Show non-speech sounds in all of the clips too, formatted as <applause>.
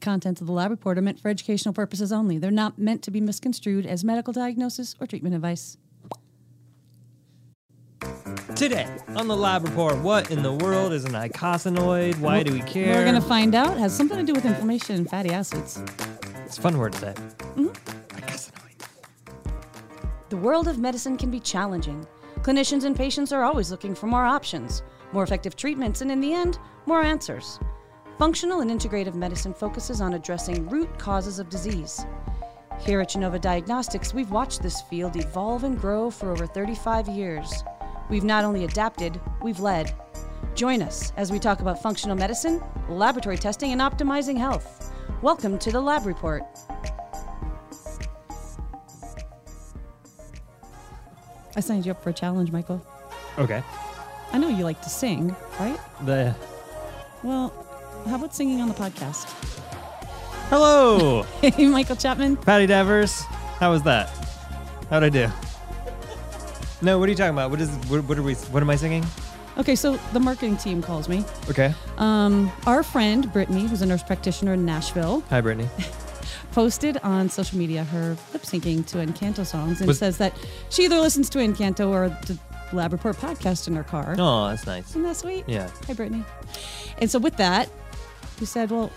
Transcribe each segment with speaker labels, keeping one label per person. Speaker 1: contents of the lab report are meant for educational purposes only. They're not meant to be misconstrued as medical diagnosis or treatment advice.
Speaker 2: Today on the lab report, what in the world is an icosanoid? Why do we care?
Speaker 1: We're going to find out has something to do with inflammation and fatty acids.
Speaker 2: it's a fun word to say. Icosanoid.
Speaker 3: The world of medicine can be challenging. Clinicians and patients are always looking for more options, more effective treatments, and in the end, more answers. Functional and integrative medicine focuses on addressing root causes of disease. Here at Genova Diagnostics, we've watched this field evolve and grow for over 35 years. We've not only adapted, we've led. Join us as we talk about functional medicine, laboratory testing, and optimizing health. Welcome to the Lab Report.
Speaker 1: I signed you up for a challenge, Michael.
Speaker 2: Okay.
Speaker 1: I know you like to sing, right?
Speaker 2: The
Speaker 1: Well, how about singing on the podcast? <laughs>
Speaker 2: hello,
Speaker 1: Hey, Michael Chapman.
Speaker 2: Patty Davers. How was that? How'd I do? No, what are you talking about? What is? What, what are we? What am I singing?
Speaker 1: Okay, so the marketing team calls me.
Speaker 2: Okay.
Speaker 1: Um, our friend Brittany, who's a nurse practitioner in Nashville,
Speaker 2: Hi, Brittany.
Speaker 1: posted on social media her lip syncing to Encanto songs and
Speaker 2: Was-
Speaker 1: says that she either listens to Encanto or the Lab Report podcast in her car.
Speaker 2: Oh, that's nice.
Speaker 1: Isn't that sweet?
Speaker 2: Yeah.
Speaker 1: Hi, Brittany. And so with that, we said, well,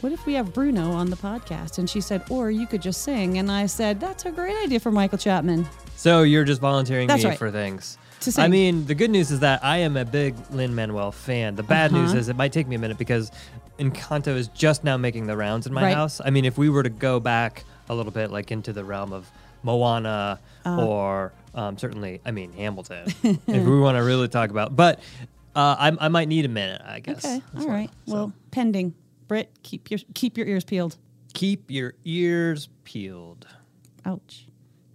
Speaker 1: what if we have Bruno on the podcast? And she said, or you could just sing. And I said, that's a great idea for Michael Chapman.
Speaker 2: So you're just volunteering
Speaker 1: That's
Speaker 2: me
Speaker 1: right.
Speaker 2: for things.
Speaker 1: To
Speaker 2: I
Speaker 1: sing.
Speaker 2: mean, the good news is that I am a big Lin Manuel fan. The bad news
Speaker 1: Uh-huh.
Speaker 2: is it might take me a minute because Encanto is just now making the rounds in my
Speaker 1: Right.
Speaker 2: house. I mean, if we were to go back a little bit, like into the realm of Moana
Speaker 1: Uh-huh.
Speaker 2: or um, certainly, I mean, Hamilton,
Speaker 1: <laughs>
Speaker 2: if we want to really talk about, but uh, I, I might need a minute, I guess.
Speaker 1: Okay.
Speaker 2: That's
Speaker 1: All
Speaker 2: what-
Speaker 1: right.
Speaker 2: so
Speaker 1: Well, pending. Britt, keep your keep your ears peeled.
Speaker 2: keep your ears peeled.
Speaker 1: Ouch.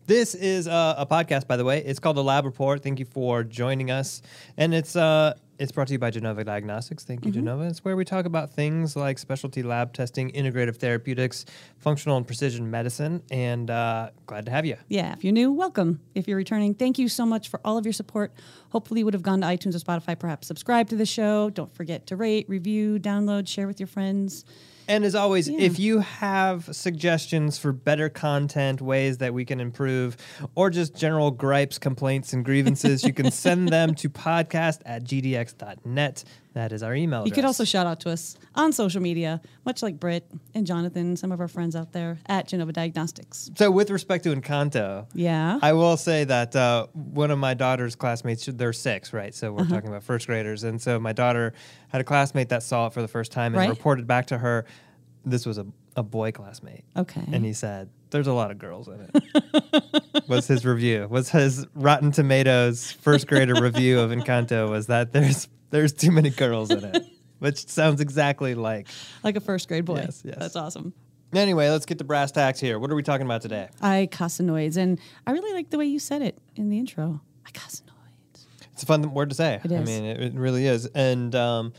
Speaker 2: This is uh, a, a podcast, by the way. It's called The Lab Report. Thank you for joining us, and it's uh, it's brought to you by Genova Diagnostics. Thank you,
Speaker 1: Mm-hmm.
Speaker 2: Genova. It's where we talk about things like specialty lab testing, integrative therapeutics, functional and precision medicine, and uh, glad to have you.
Speaker 1: Yeah, if you're new, welcome. If you're returning, thank you so much for all of your support. Hopefully, you would have gone to iTunes or Spotify, perhaps subscribe to the show. Don't forget to rate, review, download, share with your friends.
Speaker 2: And as always, if you have suggestions for better content, ways that we can improve, or just general gripes, complaints, and grievances, you
Speaker 1: <laughs>
Speaker 2: can send them to podcast at gdx.net. That is our email.
Speaker 1: You could
Speaker 2: address.
Speaker 1: also shout out to us on social media, much like Britt and Jonathan, some of our friends out there at Genova Diagnostics.
Speaker 2: So, with respect to Encanto,
Speaker 1: Yeah.
Speaker 2: I will say that uh, one of my daughter's classmates, they're six, right? So, we're
Speaker 1: Uh-huh.
Speaker 2: talking about first graders. And so, my daughter had a classmate that saw it for the first time and
Speaker 1: Right.
Speaker 2: reported back to her this was a, a boy classmate.
Speaker 1: Okay.
Speaker 2: And he said, There's a lot of girls in it. <laughs> was his review, was his Rotten Tomatoes first grader review of Encanto, was that there's, there's too many girls in it, which sounds exactly like.
Speaker 1: like a first grade boy.
Speaker 2: Yes, yes.
Speaker 1: That's awesome.
Speaker 2: Anyway, let's get to brass tacks here. What are we talking about today?
Speaker 1: Icosanoids. And I really like the way you said it in the intro. Icosanoids.
Speaker 2: It's a fun word to say.
Speaker 1: It
Speaker 2: I
Speaker 1: is.
Speaker 2: mean, it, it really is. And um,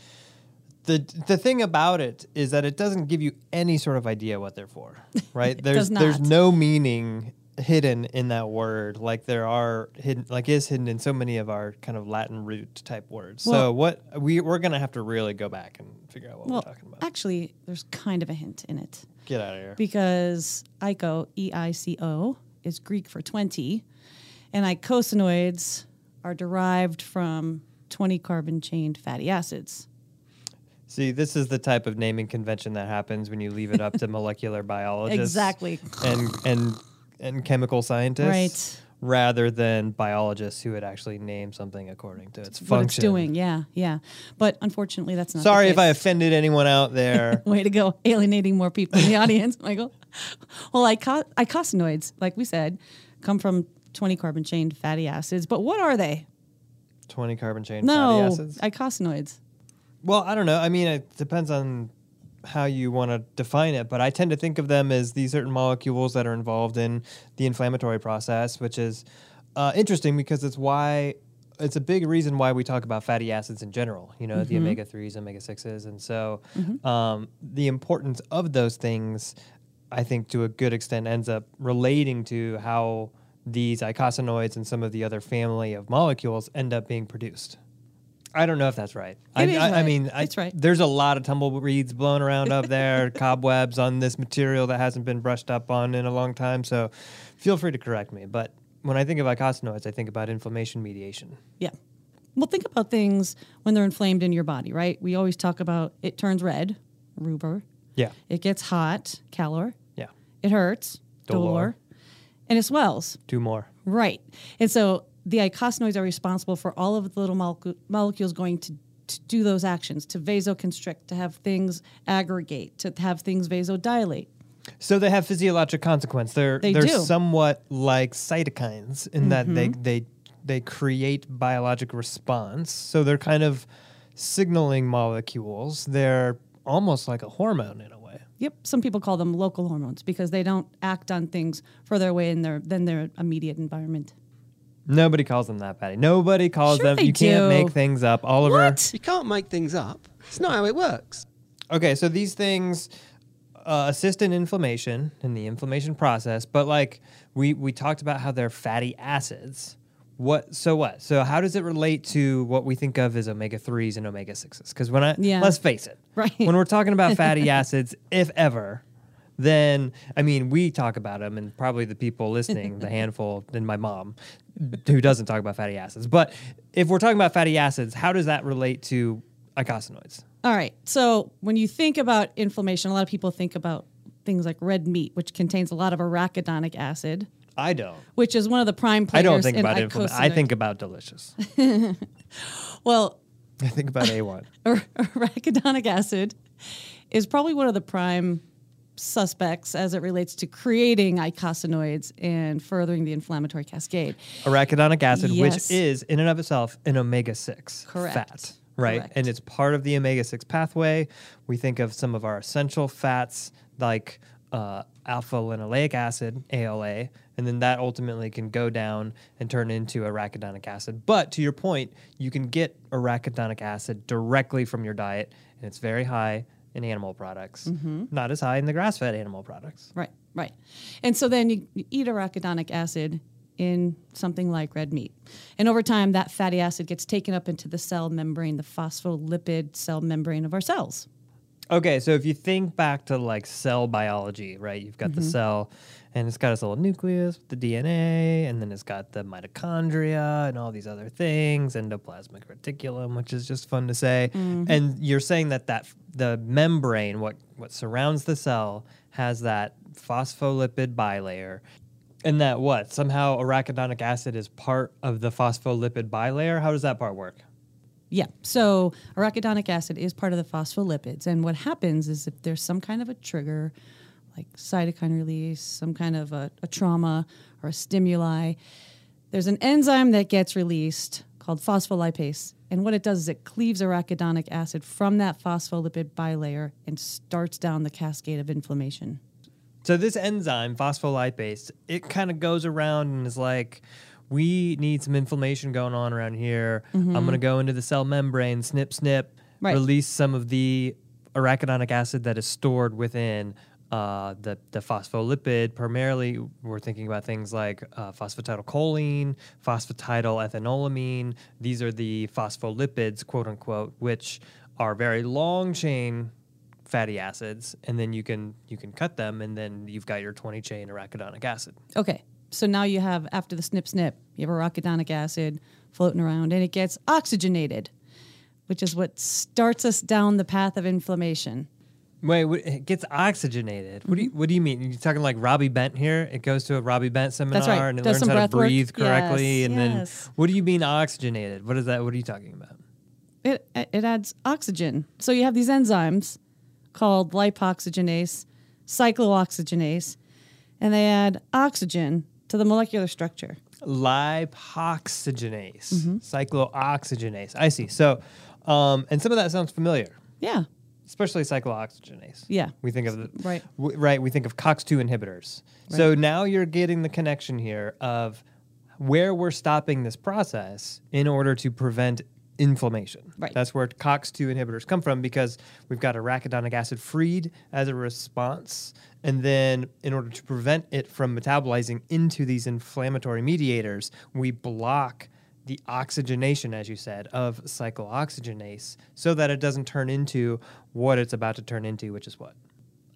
Speaker 2: the the thing about it is that it doesn't give you any sort of idea what
Speaker 1: <laughs>
Speaker 2: they're for, right? there's
Speaker 1: does
Speaker 2: there's
Speaker 1: not.
Speaker 2: no meaning hidden in that word, like there are hidden, like is hidden in so many of our kind of Latin root type words. so
Speaker 1: Well-
Speaker 2: what we we're gonna have to really go back and figure out what
Speaker 1: Well,
Speaker 2: we're talking about.
Speaker 1: actually, there's kind of a hint in it.
Speaker 2: Get out of here.
Speaker 1: because E ico e-i-c-o is greek for 20 and icosanoids are derived from 20 carbon chained fatty acids
Speaker 2: See, this is the type of naming convention that happens when you leave
Speaker 1: <laughs>
Speaker 2: it up to molecular biologists.
Speaker 1: Exactly.
Speaker 2: And and and chemical scientists.
Speaker 1: Right.
Speaker 2: Rather than biologists who would actually name something according to its function.
Speaker 1: what it's doing yeah yeah but unfortunately that's not the
Speaker 2: Sorry if I
Speaker 1: case.
Speaker 2: offended anyone out there.
Speaker 1: <laughs> way to go alienating more people
Speaker 2: <laughs>
Speaker 1: in the audience michael well ico- icosanoids like we said come from 20 carbon chained fatty acids but what are they
Speaker 2: 20 carbon chain fatty
Speaker 1: no
Speaker 2: acids.
Speaker 1: icosanoids
Speaker 2: Well, I don't know. I mean, it depends on how you want to define it, but I tend to think of them as these certain molecules that are involved in the inflammatory process, which is uh, interesting because it's why it's a big reason why we talk about fatty acids in general. You know, the omega threes, omega sixes, and so um, the importance of those things, I think, to a good extent, ends up relating to how these icosanoids and some of the other family of molecules end up being produced. I don't know if that's right. I,
Speaker 1: It is
Speaker 2: I, I
Speaker 1: right.
Speaker 2: mean, I,
Speaker 1: It's right.
Speaker 2: There's a lot of tumbleweeds blown around up
Speaker 1: <laughs>
Speaker 2: there, cobwebs on this material that hasn't been brushed up on in a long time. So, feel free to correct me. But when I think of icosanoids, I think about inflammation mediation.
Speaker 1: Yeah. Well, think about things when they're inflamed in your body, right? We always talk about it turns red, rubor.
Speaker 2: Yeah,
Speaker 1: It gets hot, calor.
Speaker 2: yeah.
Speaker 1: It hurts,
Speaker 2: Dolor.
Speaker 1: dolor. And it swells,
Speaker 2: Two more.
Speaker 1: right? And so the eicosanoids are responsible for all of the little molecu- molecules going to, to do those actions, to vasoconstrict, to have things aggregate, to have things vasodilate.
Speaker 2: So they have physiologic consequence. They're
Speaker 1: They
Speaker 2: are
Speaker 1: do. Mm-hmm.
Speaker 2: somewhat like cytokines in that they they they create biologic response. So they're kind of signaling molecules. They're almost like a hormone in a way.
Speaker 1: Yep, some people call them local hormones because they don't act on things further away in their than their immediate environment.
Speaker 2: Nobody calls them that, Patty. Nobody calls
Speaker 1: Sure
Speaker 2: them.
Speaker 1: they
Speaker 2: You can't
Speaker 1: do.
Speaker 2: make things up, Oliver.
Speaker 4: You can't make things up. It's not how it works.
Speaker 2: Okay, so these things uh, assist in inflammation in the inflammation process, but like we we talked about how they're fatty acids. What so what? So how does it relate to what we think of as omega threes and omega sixes? Because when I
Speaker 1: Yeah.
Speaker 2: let's face it,
Speaker 1: Right.
Speaker 2: When we're talking
Speaker 1: <laughs>
Speaker 2: about fatty acids, if ever, then I mean we talk about them, and probably the people
Speaker 1: <laughs>
Speaker 2: listening, the handful, and my mom, who doesn't talk about fatty acids. But if we're talking about fatty acids, how does that relate to eicosanoids?
Speaker 1: All right. So when you think about inflammation, a lot of people think about things like red meat, which contains a lot of arachidonic acid,
Speaker 2: I don't.
Speaker 1: which is one of the prime players.
Speaker 2: I don't think
Speaker 1: in
Speaker 2: about inflammation. I
Speaker 1: eicosanoid-
Speaker 2: think about delicious.
Speaker 1: <laughs> well, <laughs>
Speaker 2: I think about A1.
Speaker 1: ar- arachidonic acid is probably one of the prime suspects as it relates to creating eicosanoids and furthering the inflammatory cascade.
Speaker 2: <laughs> Arachidonic acid,
Speaker 1: Yes.
Speaker 2: which is in and of itself an omega 6
Speaker 1: Correct.
Speaker 2: fat, right?
Speaker 1: Correct.
Speaker 2: And it's part of the omega 6 pathway. We think of some of our essential fats like uh, alpha linoleic acid, ALA, and then that ultimately can go down and turn into arachidonic acid. But to your point, you can get arachidonic acid directly from your diet, and it's very high in animal products,
Speaker 1: Mm-hmm.
Speaker 2: not as high in the grass fed animal products.
Speaker 1: Right, right. And so then you, you eat arachidonic acid in something like red meat. And over time, that fatty acid gets taken up into the cell membrane, the phospholipid cell membrane of our cells.
Speaker 2: Okay, so if you think back to like cell biology, right? You've got the cell and it's got its little nucleus with the DNA, and then it's got the mitochondria and all these other things, endoplasmic reticulum, which is just fun to say. And you're saying that that the membrane what what surrounds the cell has that phospholipid bilayer. And that what? Somehow arachidonic acid is part of the phospholipid bilayer. How does that part work?
Speaker 1: Yeah. So arachidonic acid is part of the phospholipids. And what happens is if there's some kind of a trigger, like cytokine release, some kind of a, a trauma or a stimuli, there's an enzyme that gets released called phospholipase. And what it does is it cleaves arachidonic acid from that phospholipid bilayer and starts down the cascade of inflammation.
Speaker 2: So this enzyme, phospholipase, it kind of goes around and is like, we need some inflammation going on around here. I'm gonna go into the cell membrane, snip, snip,
Speaker 1: Right.
Speaker 2: release some of the arachidonic acid that is stored within uh, the the phospholipid. Primarily, we're thinking about things like uh, phosphatidylcholine, phosphatidyl ethanolamine. These are the phospholipids, quote unquote, which are very long chain fatty acids and then you can you can cut them and then you've got your 20 chain arachidonic acid
Speaker 1: Okay. So now you have, after the snip snip, you have arachidonic acid floating around and it gets oxygenated, which is what starts us down the path of inflammation.
Speaker 2: wait what, it gets oxygenated what do
Speaker 1: Mm-hmm.
Speaker 2: you what do you mean you talking like robbie bent here it goes to a robbie bent seminar
Speaker 1: right.
Speaker 2: and it
Speaker 1: Does
Speaker 2: learns
Speaker 1: some
Speaker 2: how to
Speaker 1: breath work.
Speaker 2: breathe correctly
Speaker 1: Yes,
Speaker 2: and
Speaker 1: yes.
Speaker 2: then what do you mean oxygenated what is that what are you talking about
Speaker 1: It, it adds oxygen. So you have these enzymes called lipoxygenase, cyclooxygenase, and they add oxygen to the molecular structure.
Speaker 2: lipoxygenase
Speaker 1: Mm-hmm.
Speaker 2: cyclooxygenase i see so um, and some of that sounds familiar
Speaker 1: Yeah.
Speaker 2: especially cyclooxygenase.
Speaker 1: Yeah.
Speaker 2: We think of the,
Speaker 1: Right.
Speaker 2: w- right. We think of COX2 inhibitors. So now you're getting the connection here of where we're stopping this process in order to prevent inflammation.
Speaker 1: Right.
Speaker 2: That's where COX2 inhibitors come from because we've got arachidonic acid freed as a response and then in order to prevent it from metabolizing into these inflammatory mediators, we block the oxygenation, as you said, of cyclooxygenase so that it doesn't turn into what it's about to turn into, which is what?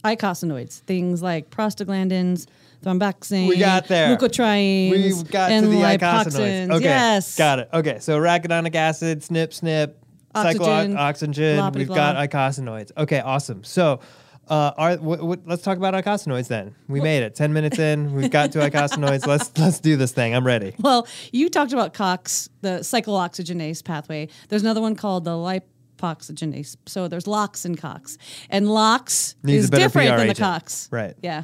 Speaker 1: Eicosanoids, things like prostaglandins, thromboxane,
Speaker 2: We got there.
Speaker 1: leukotrienes,
Speaker 2: We got
Speaker 1: and
Speaker 2: to the
Speaker 1: lipoxins.
Speaker 2: eicosanoids. Okay.
Speaker 1: Yes.
Speaker 2: Got it. Okay. So arachidonic acid, snip, snip,
Speaker 1: Oxygen,
Speaker 2: cyclooxygen. oxygen. We've
Speaker 1: blah-blah-blah.
Speaker 2: got eicosanoids. Okay. Awesome. So uh, are, w- w- let's talk about eicosanoids then. We made it. 10 minutes in. We've
Speaker 1: <laughs>
Speaker 2: got to eicosanoids. let's, let's do this thing. I'm ready.
Speaker 1: Well, you talked about COX, the cyclooxygenase pathway. There's another one called the lipoxygenase. So there's LOX and COX. And LOX
Speaker 2: Needs a
Speaker 1: is
Speaker 2: better
Speaker 1: different
Speaker 2: PR
Speaker 1: than the
Speaker 2: agent.
Speaker 1: COX.
Speaker 2: Right.
Speaker 1: Yeah.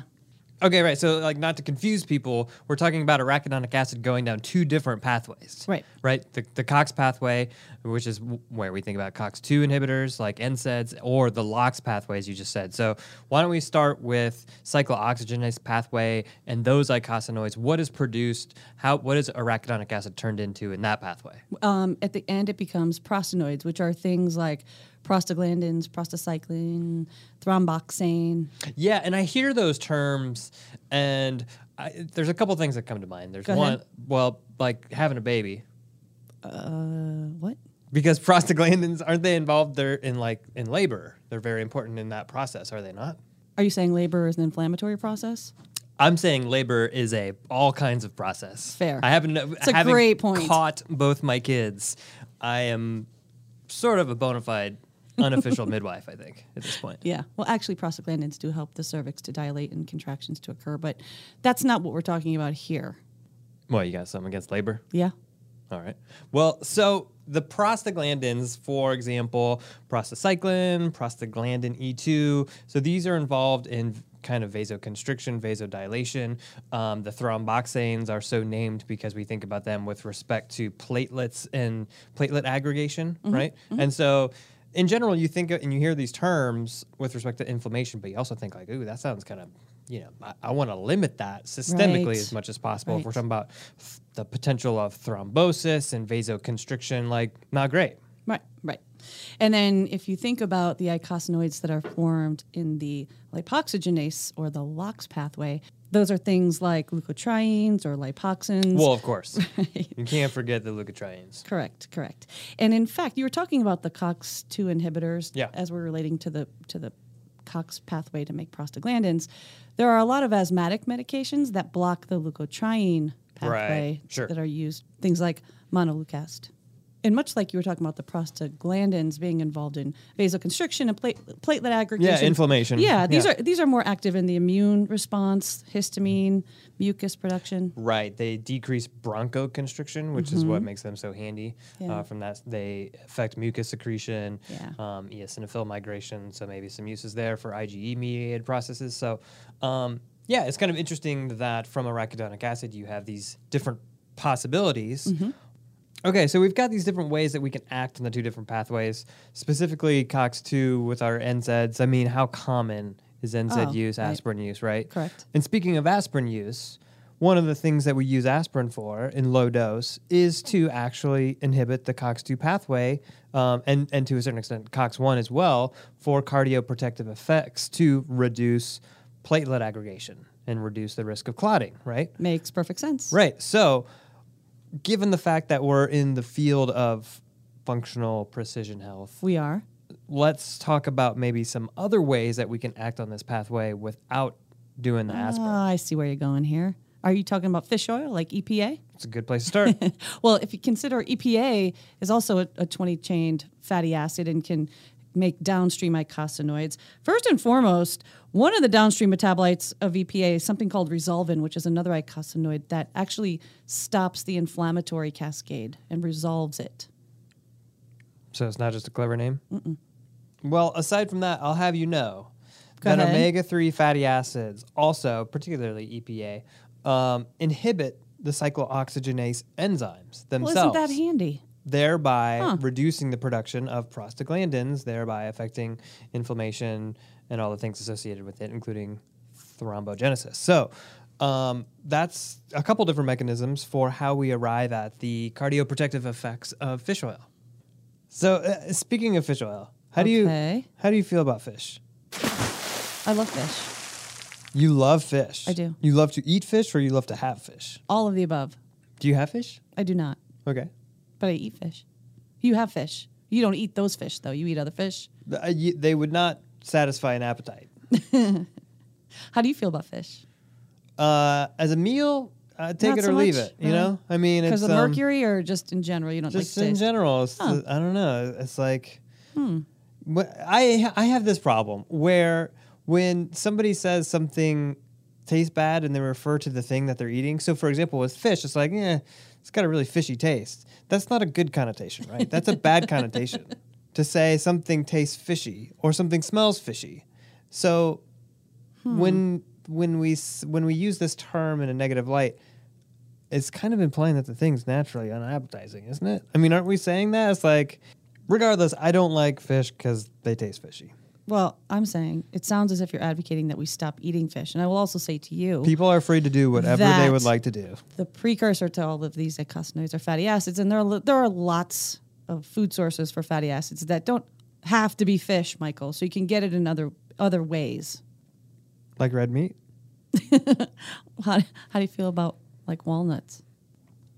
Speaker 2: Okay, right. So, like, not to confuse people, we're talking about arachidonic acid going down two different pathways.
Speaker 1: Right.
Speaker 2: Right. The, the COX pathway, which is w- where we think about COX2 inhibitors like NSAIDs, or the LOX pathway, as you just said. So, why don't we start with cyclooxygenase pathway and those eicosanoids? What is produced? How? What is arachidonic acid turned into in that pathway?
Speaker 1: Um, at the end, it becomes prostanoids, which are things like prostaglandins, prostacyclin, thromboxane.
Speaker 2: Yeah, and I hear those terms, and I, there's a couple things that come to mind. There's
Speaker 1: Go
Speaker 2: one,
Speaker 1: ahead.
Speaker 2: well, like having a baby.
Speaker 1: Uh, what?
Speaker 2: because prostaglandins aren't they involved they're in like in labor they're very important in that process are they not
Speaker 1: Are you saying labor is an inflammatory process?
Speaker 2: i'm saying labor is a all kinds of process
Speaker 1: Fair.
Speaker 2: i haven't
Speaker 1: a
Speaker 2: having
Speaker 1: great point.
Speaker 2: caught both my kids i am sort of a bona fide
Speaker 1: <laughs>
Speaker 2: unofficial midwife i think at this point
Speaker 1: Yeah. Well, actually, prostaglandins do help the cervix to dilate and contractions to occur, but that's not what we're talking about here.
Speaker 2: well you got something against labor
Speaker 1: Yeah.
Speaker 2: All right. Well, so the prostaglandins, for example, prostacyclin, prostaglandin E2, so these are involved in kind of vasoconstriction, vasodilation. Um, the thromboxanes are so named because we think about them with respect to platelets and platelet aggregation, right? And so in general, you think and you hear these terms with respect to inflammation, but you also think like, ooh, that sounds kind of, you know, I, I want to limit that systemically
Speaker 1: Right.
Speaker 2: as much as possible. If we're
Speaker 1: Right.
Speaker 2: talking about th- the potential of thrombosis and vasoconstriction, like not great.
Speaker 1: Right, right. And then if you think about the eicosanoids that are formed in the lipoxygenase or the LOX pathway, those are things like leukotrienes or lipoxins.
Speaker 2: Well, of course, you can't forget the leukotrienes.
Speaker 1: Correct, correct. And in fact, you were talking about the COX2 inhibitors
Speaker 2: Yeah.
Speaker 1: as we're relating to the to the COX pathway to make prostaglandins. There are a lot of asthmatic medications that block the leukotriene pathway
Speaker 2: sure.
Speaker 1: that are used, things like montelukast. And much like you were talking about the prostaglandins being involved in vasoconstriction and plate, platelet aggregation,
Speaker 2: inflammation.
Speaker 1: Yeah, these
Speaker 2: Yeah.
Speaker 1: are these are more active in the immune response, histamine, mucus production.
Speaker 2: Right. They decrease bronchoconstriction, which is what makes them so handy.
Speaker 1: Mm-hmm. Yeah.
Speaker 2: Uh, from that, they affect mucus secretion,
Speaker 1: Yeah.
Speaker 2: um, eosinophil migration. So maybe some uses there for IgE-mediated processes. So um, yeah, it's kind of interesting that from arachidonic acid you have these different possibilities.
Speaker 1: Mm-hmm.
Speaker 2: Okay, so we've got these different ways that we can act on the two different pathways, specifically COX2 with our NSAIDs. I mean, how common is NSAID
Speaker 1: Oh,
Speaker 2: use,
Speaker 1: right.
Speaker 2: aspirin use, right?
Speaker 1: Correct.
Speaker 2: And speaking of aspirin use, one of the things that we use aspirin for in low dose is to actually inhibit the COX2 pathway um, and, and to a certain extent COX1 as well for cardioprotective effects to reduce platelet aggregation and reduce the risk of clotting, right?
Speaker 1: Makes perfect sense.
Speaker 2: Right. So, given the fact that we're in the field of functional precision health,
Speaker 1: We are.
Speaker 2: let's talk about maybe some other ways that we can act on this pathway without doing the aspirin.
Speaker 1: Ah, I see where you're going here. Are you talking about fish oil like EPA?
Speaker 2: It's a good place to start.
Speaker 1: <laughs> well, if you consider EPA is also a, a 20 chained fatty acid and can make downstream eicosanoids. First and foremost, one of the downstream metabolites of EPA is something called resolvin, which is another eicosanoid that actually stops the inflammatory cascade and resolves it.
Speaker 2: so it's not just a clever name. Well, aside from that, I'll have you know
Speaker 1: Go
Speaker 2: that
Speaker 1: ahead.
Speaker 2: omega three fatty acids, also particularly EPA, um, inhibit the cyclooxygenase enzymes
Speaker 1: Well,
Speaker 2: themselves.
Speaker 1: isn't that handy?
Speaker 2: thereby
Speaker 1: Huh.
Speaker 2: reducing the production of prostaglandins, thereby affecting inflammation and all the things associated with it, including thrombogenesis. So, um, that's a couple different mechanisms for how we arrive at the cardioprotective effects of fish oil. So, uh, speaking of fish oil, how do you
Speaker 1: Okay.
Speaker 2: how do you feel about fish?
Speaker 1: I love fish.
Speaker 2: You love fish.
Speaker 1: I do.
Speaker 2: You love to eat fish or you love to have fish.
Speaker 1: All of the above.
Speaker 2: Do you have fish?
Speaker 1: I do not.
Speaker 2: Okay.
Speaker 1: but I eat fish. You have fish. You don't eat those fish though. You eat other fish.
Speaker 2: Th- uh, y- They would not satisfy an appetite.
Speaker 1: How do you feel about fish?
Speaker 2: Uh, as a meal, uh, take
Speaker 1: Not
Speaker 2: it or
Speaker 1: so
Speaker 2: leave
Speaker 1: much, Uh-huh.
Speaker 2: it. You know, I mean, it's
Speaker 1: Because of
Speaker 2: um,
Speaker 1: mercury, or just in general, you don't
Speaker 2: just
Speaker 1: like
Speaker 2: in
Speaker 1: fish.
Speaker 2: general it's
Speaker 1: Huh. Hmm.
Speaker 2: i don't know it's like wh- i i have this problem where when somebody says something tastes bad and they refer to the thing that they're eating so for example with fish it's like yeah it's got a really fishy taste that's not a good connotation right that's a
Speaker 1: <laughs>
Speaker 2: bad connotation to say something tastes fishy or something smells fishy so
Speaker 1: Hmm.
Speaker 2: when when we s- when we use this term in a negative light it's kind of implying that the thing's naturally unappetizing, isn't it? I mean, aren't we saying that? It's like, regardless, I don't like fish because they taste fishy.
Speaker 1: Well, I'm saying it sounds as if you're advocating that we stop eating fish, and I will also say to you,
Speaker 2: People are free to do whatever they
Speaker 1: That-
Speaker 2: would like to do.
Speaker 1: the precursor to all of these eicosanoids are fatty acids, and there are, there are lots of food sources for fatty acids that don't have to be fish, Michael. So you can get it in other other ways.
Speaker 2: Like red meat.
Speaker 1: How, how do you feel about like walnuts?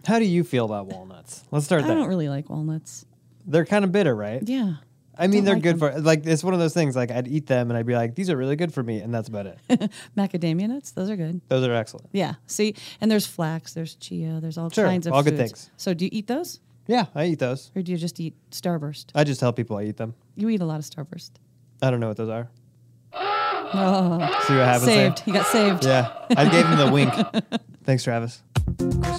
Speaker 2: How do you feel about walnuts? Let's start
Speaker 1: I don't
Speaker 2: there.
Speaker 1: really like walnuts.
Speaker 2: They're kind of bitter, right?
Speaker 1: Yeah.
Speaker 2: I mean,
Speaker 1: don't
Speaker 2: they're
Speaker 1: like
Speaker 2: good for like it's one of those things. Like I'd eat them and I'd be like, these are really good for me, and that's
Speaker 1: <laughs>
Speaker 2: about it.
Speaker 1: <laughs> Macadamia nuts, those are good.
Speaker 2: those are excellent.
Speaker 1: Yeah. See, and there's flax, there's chia, there's all
Speaker 2: Sure,
Speaker 1: kinds of
Speaker 2: all good
Speaker 1: foods.
Speaker 2: things.
Speaker 1: So do you eat those?
Speaker 2: Yeah, I eat those.
Speaker 1: Or do you just eat Starburst?
Speaker 2: I just tell people I eat them.
Speaker 1: You eat a lot of Starburst.
Speaker 2: I don't know what
Speaker 1: <laughs>
Speaker 2: those are. <laughs> See what happens. there?
Speaker 1: saved. You got saved.
Speaker 2: Yeah, I gave him the wink. Thanks, Travis.
Speaker 1: Why?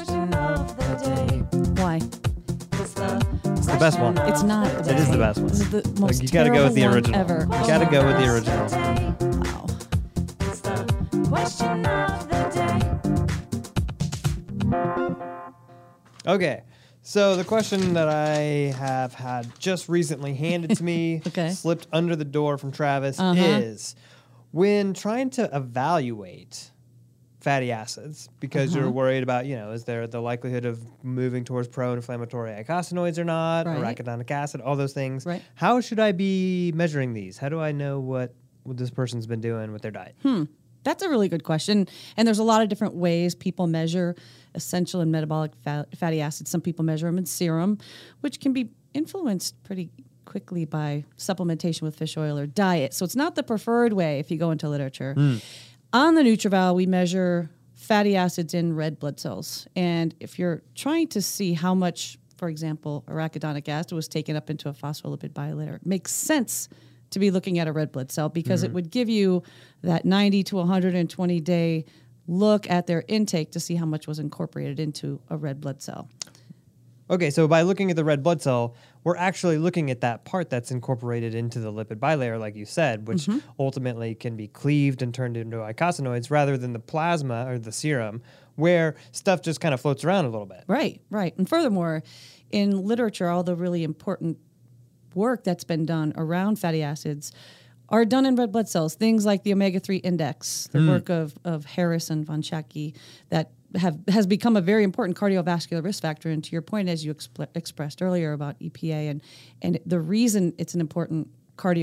Speaker 2: It's the best one.
Speaker 1: It's not.
Speaker 2: It is the best one.
Speaker 1: This is the most
Speaker 2: Like, you gotta go with the
Speaker 1: terrible one
Speaker 2: original.
Speaker 1: ever. Oh
Speaker 2: You gotta go with the original.
Speaker 1: Wow.
Speaker 2: Okay. So the question that I have had just recently handed to me,
Speaker 1: <laughs> Okay.
Speaker 2: slipped under the door from Travis,
Speaker 1: Uh-huh.
Speaker 2: is when trying to evaluate fatty acids, because
Speaker 1: Uh-huh.
Speaker 2: you're worried about, you know, is there the likelihood of moving towards pro-inflammatory eicosanoids or not, or
Speaker 1: Right.
Speaker 2: arachidonic acid, all those things.
Speaker 1: Right.
Speaker 2: How should I be measuring these? How do I know what, what this person's been doing with their diet?
Speaker 1: That's a really good question. And there's a lot of different ways people measure essential and metabolic fa- fatty acids. Some people measure them in serum, which can be influenced pretty quickly by supplementation with fish oil or diet. So it's not the preferred way if you go into literature. On the NutriVal, we measure fatty acids in red blood cells. And if you're trying to see how much, for example, arachidonic acid was taken up into a phospholipid bilayer, it makes sense to be looking at a red blood cell because it would give you that 90 to 120 day look at their intake to see how much was incorporated into a red blood cell.
Speaker 2: Okay, so by looking at the red blood cell, we're actually looking at that part that's incorporated into the lipid bilayer, like you said, which ultimately can be cleaved and turned into eicosanoids rather than the plasma or the serum, where stuff just kind of floats around a little bit.
Speaker 1: Right, right. And furthermore, in literature, all the really important work that's been done around fatty acids are done in red blood cells. Things like the omega three index, the work of of Harris and von Schacky that have has become a very important cardiovascular risk factor. And to your point, as you expl expressed earlier about EPA and and the reason it's an important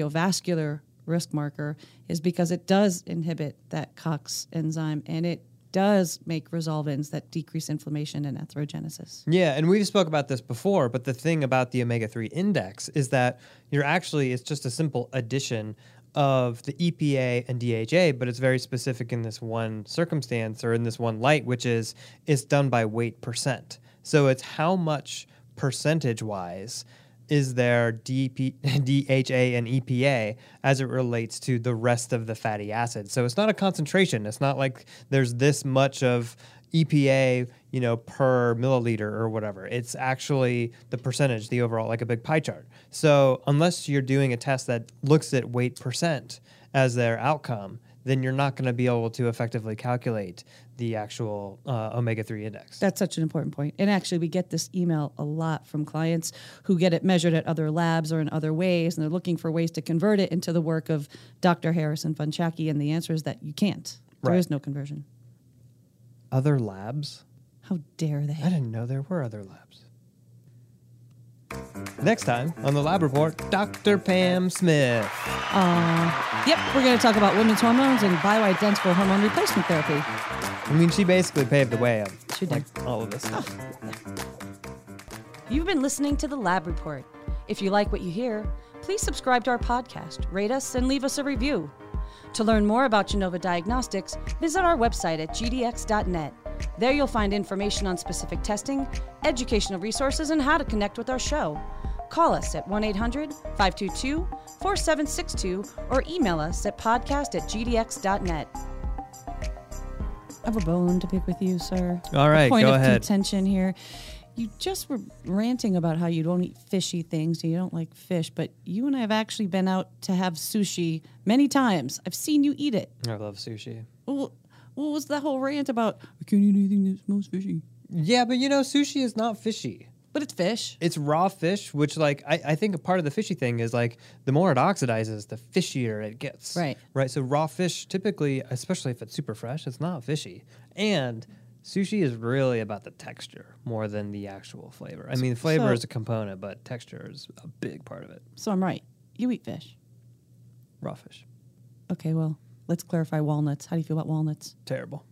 Speaker 1: cardiovascular risk marker is because it does inhibit that COX enzyme and it does make resolvins that decrease inflammation and atherogenesis.
Speaker 2: Yeah, and we've spoke about this before, but the thing about the omega-3 index is that you're actually it's just a simple addition of the EPA and DHA, but it's very specific in this one circumstance or in this one light, which is it's done by weight percent. So it's how much percentage wise is there <laughs> DP, DHA and EPA as it relates to the rest of the fatty acids. So it's not a concentration. It's not like there's this much of EPA, you know, per milliliter or whatever. It's actually the percentage, the overall, like a big pie chart. So unless you're doing a test that looks at weight percent as their outcome, then you're not going to be able to effectively calculate the actual uh, omega-3 index.
Speaker 1: That's such an important point. And actually, we get this email a lot from clients who get it measured at other labs or in other ways, and they're looking for ways to convert it into the work of Dr. Harrison Funchaki. And the answer is that you can't. There
Speaker 2: Right.
Speaker 1: is no conversion.
Speaker 2: Other labs?
Speaker 1: How dare they?
Speaker 2: I didn't know there were other labs. Next time on the lab report, Dr. Pam Smith.
Speaker 1: Yep, we're going to talk about women's hormones and bioidentical hormone replacement therapy.
Speaker 2: I mean, she basically paved the way of
Speaker 1: She did.
Speaker 2: like, all of this stuff.
Speaker 3: You've been listening to The Lab Report. If you like what you hear, please subscribe to our podcast, rate us, and leave us a review. To learn more about Genova Diagnostics, visit our website at gdx.net. There you'll find information on specific testing, educational resources, and how to connect with our show. Call us at 1 800 522 4762 or email us at podcast at gdx.net.
Speaker 1: I have a bone to pick with you, sir.
Speaker 2: All right,
Speaker 1: a point
Speaker 2: go
Speaker 1: of
Speaker 2: ahead.
Speaker 1: contention here. You just were ranting about how you don't eat fishy things, you don't like fish, but you and I have actually been out to have sushi many times. I've seen you eat it.
Speaker 2: I love sushi.
Speaker 1: Well, what was the whole rant about? I can't eat anything that smells fishy,
Speaker 2: Yeah, but you know, sushi is not fishy.
Speaker 1: but it's fish.
Speaker 2: It's raw fish, which like I, I think a part of the fishy thing is like the more it oxidizes, the fishier it gets.
Speaker 1: Right.
Speaker 2: Right. So raw fish typically, especially if it's super fresh, it's not fishy. And sushi is really about the texture more than the actual flavor. I mean flavor
Speaker 1: so-
Speaker 2: is a component, but texture is a big part of it.
Speaker 1: So I'm right. You eat fish.
Speaker 2: Raw fish.
Speaker 1: Okay, well, let's clarify walnuts. How do you feel about walnuts?
Speaker 2: Terrible.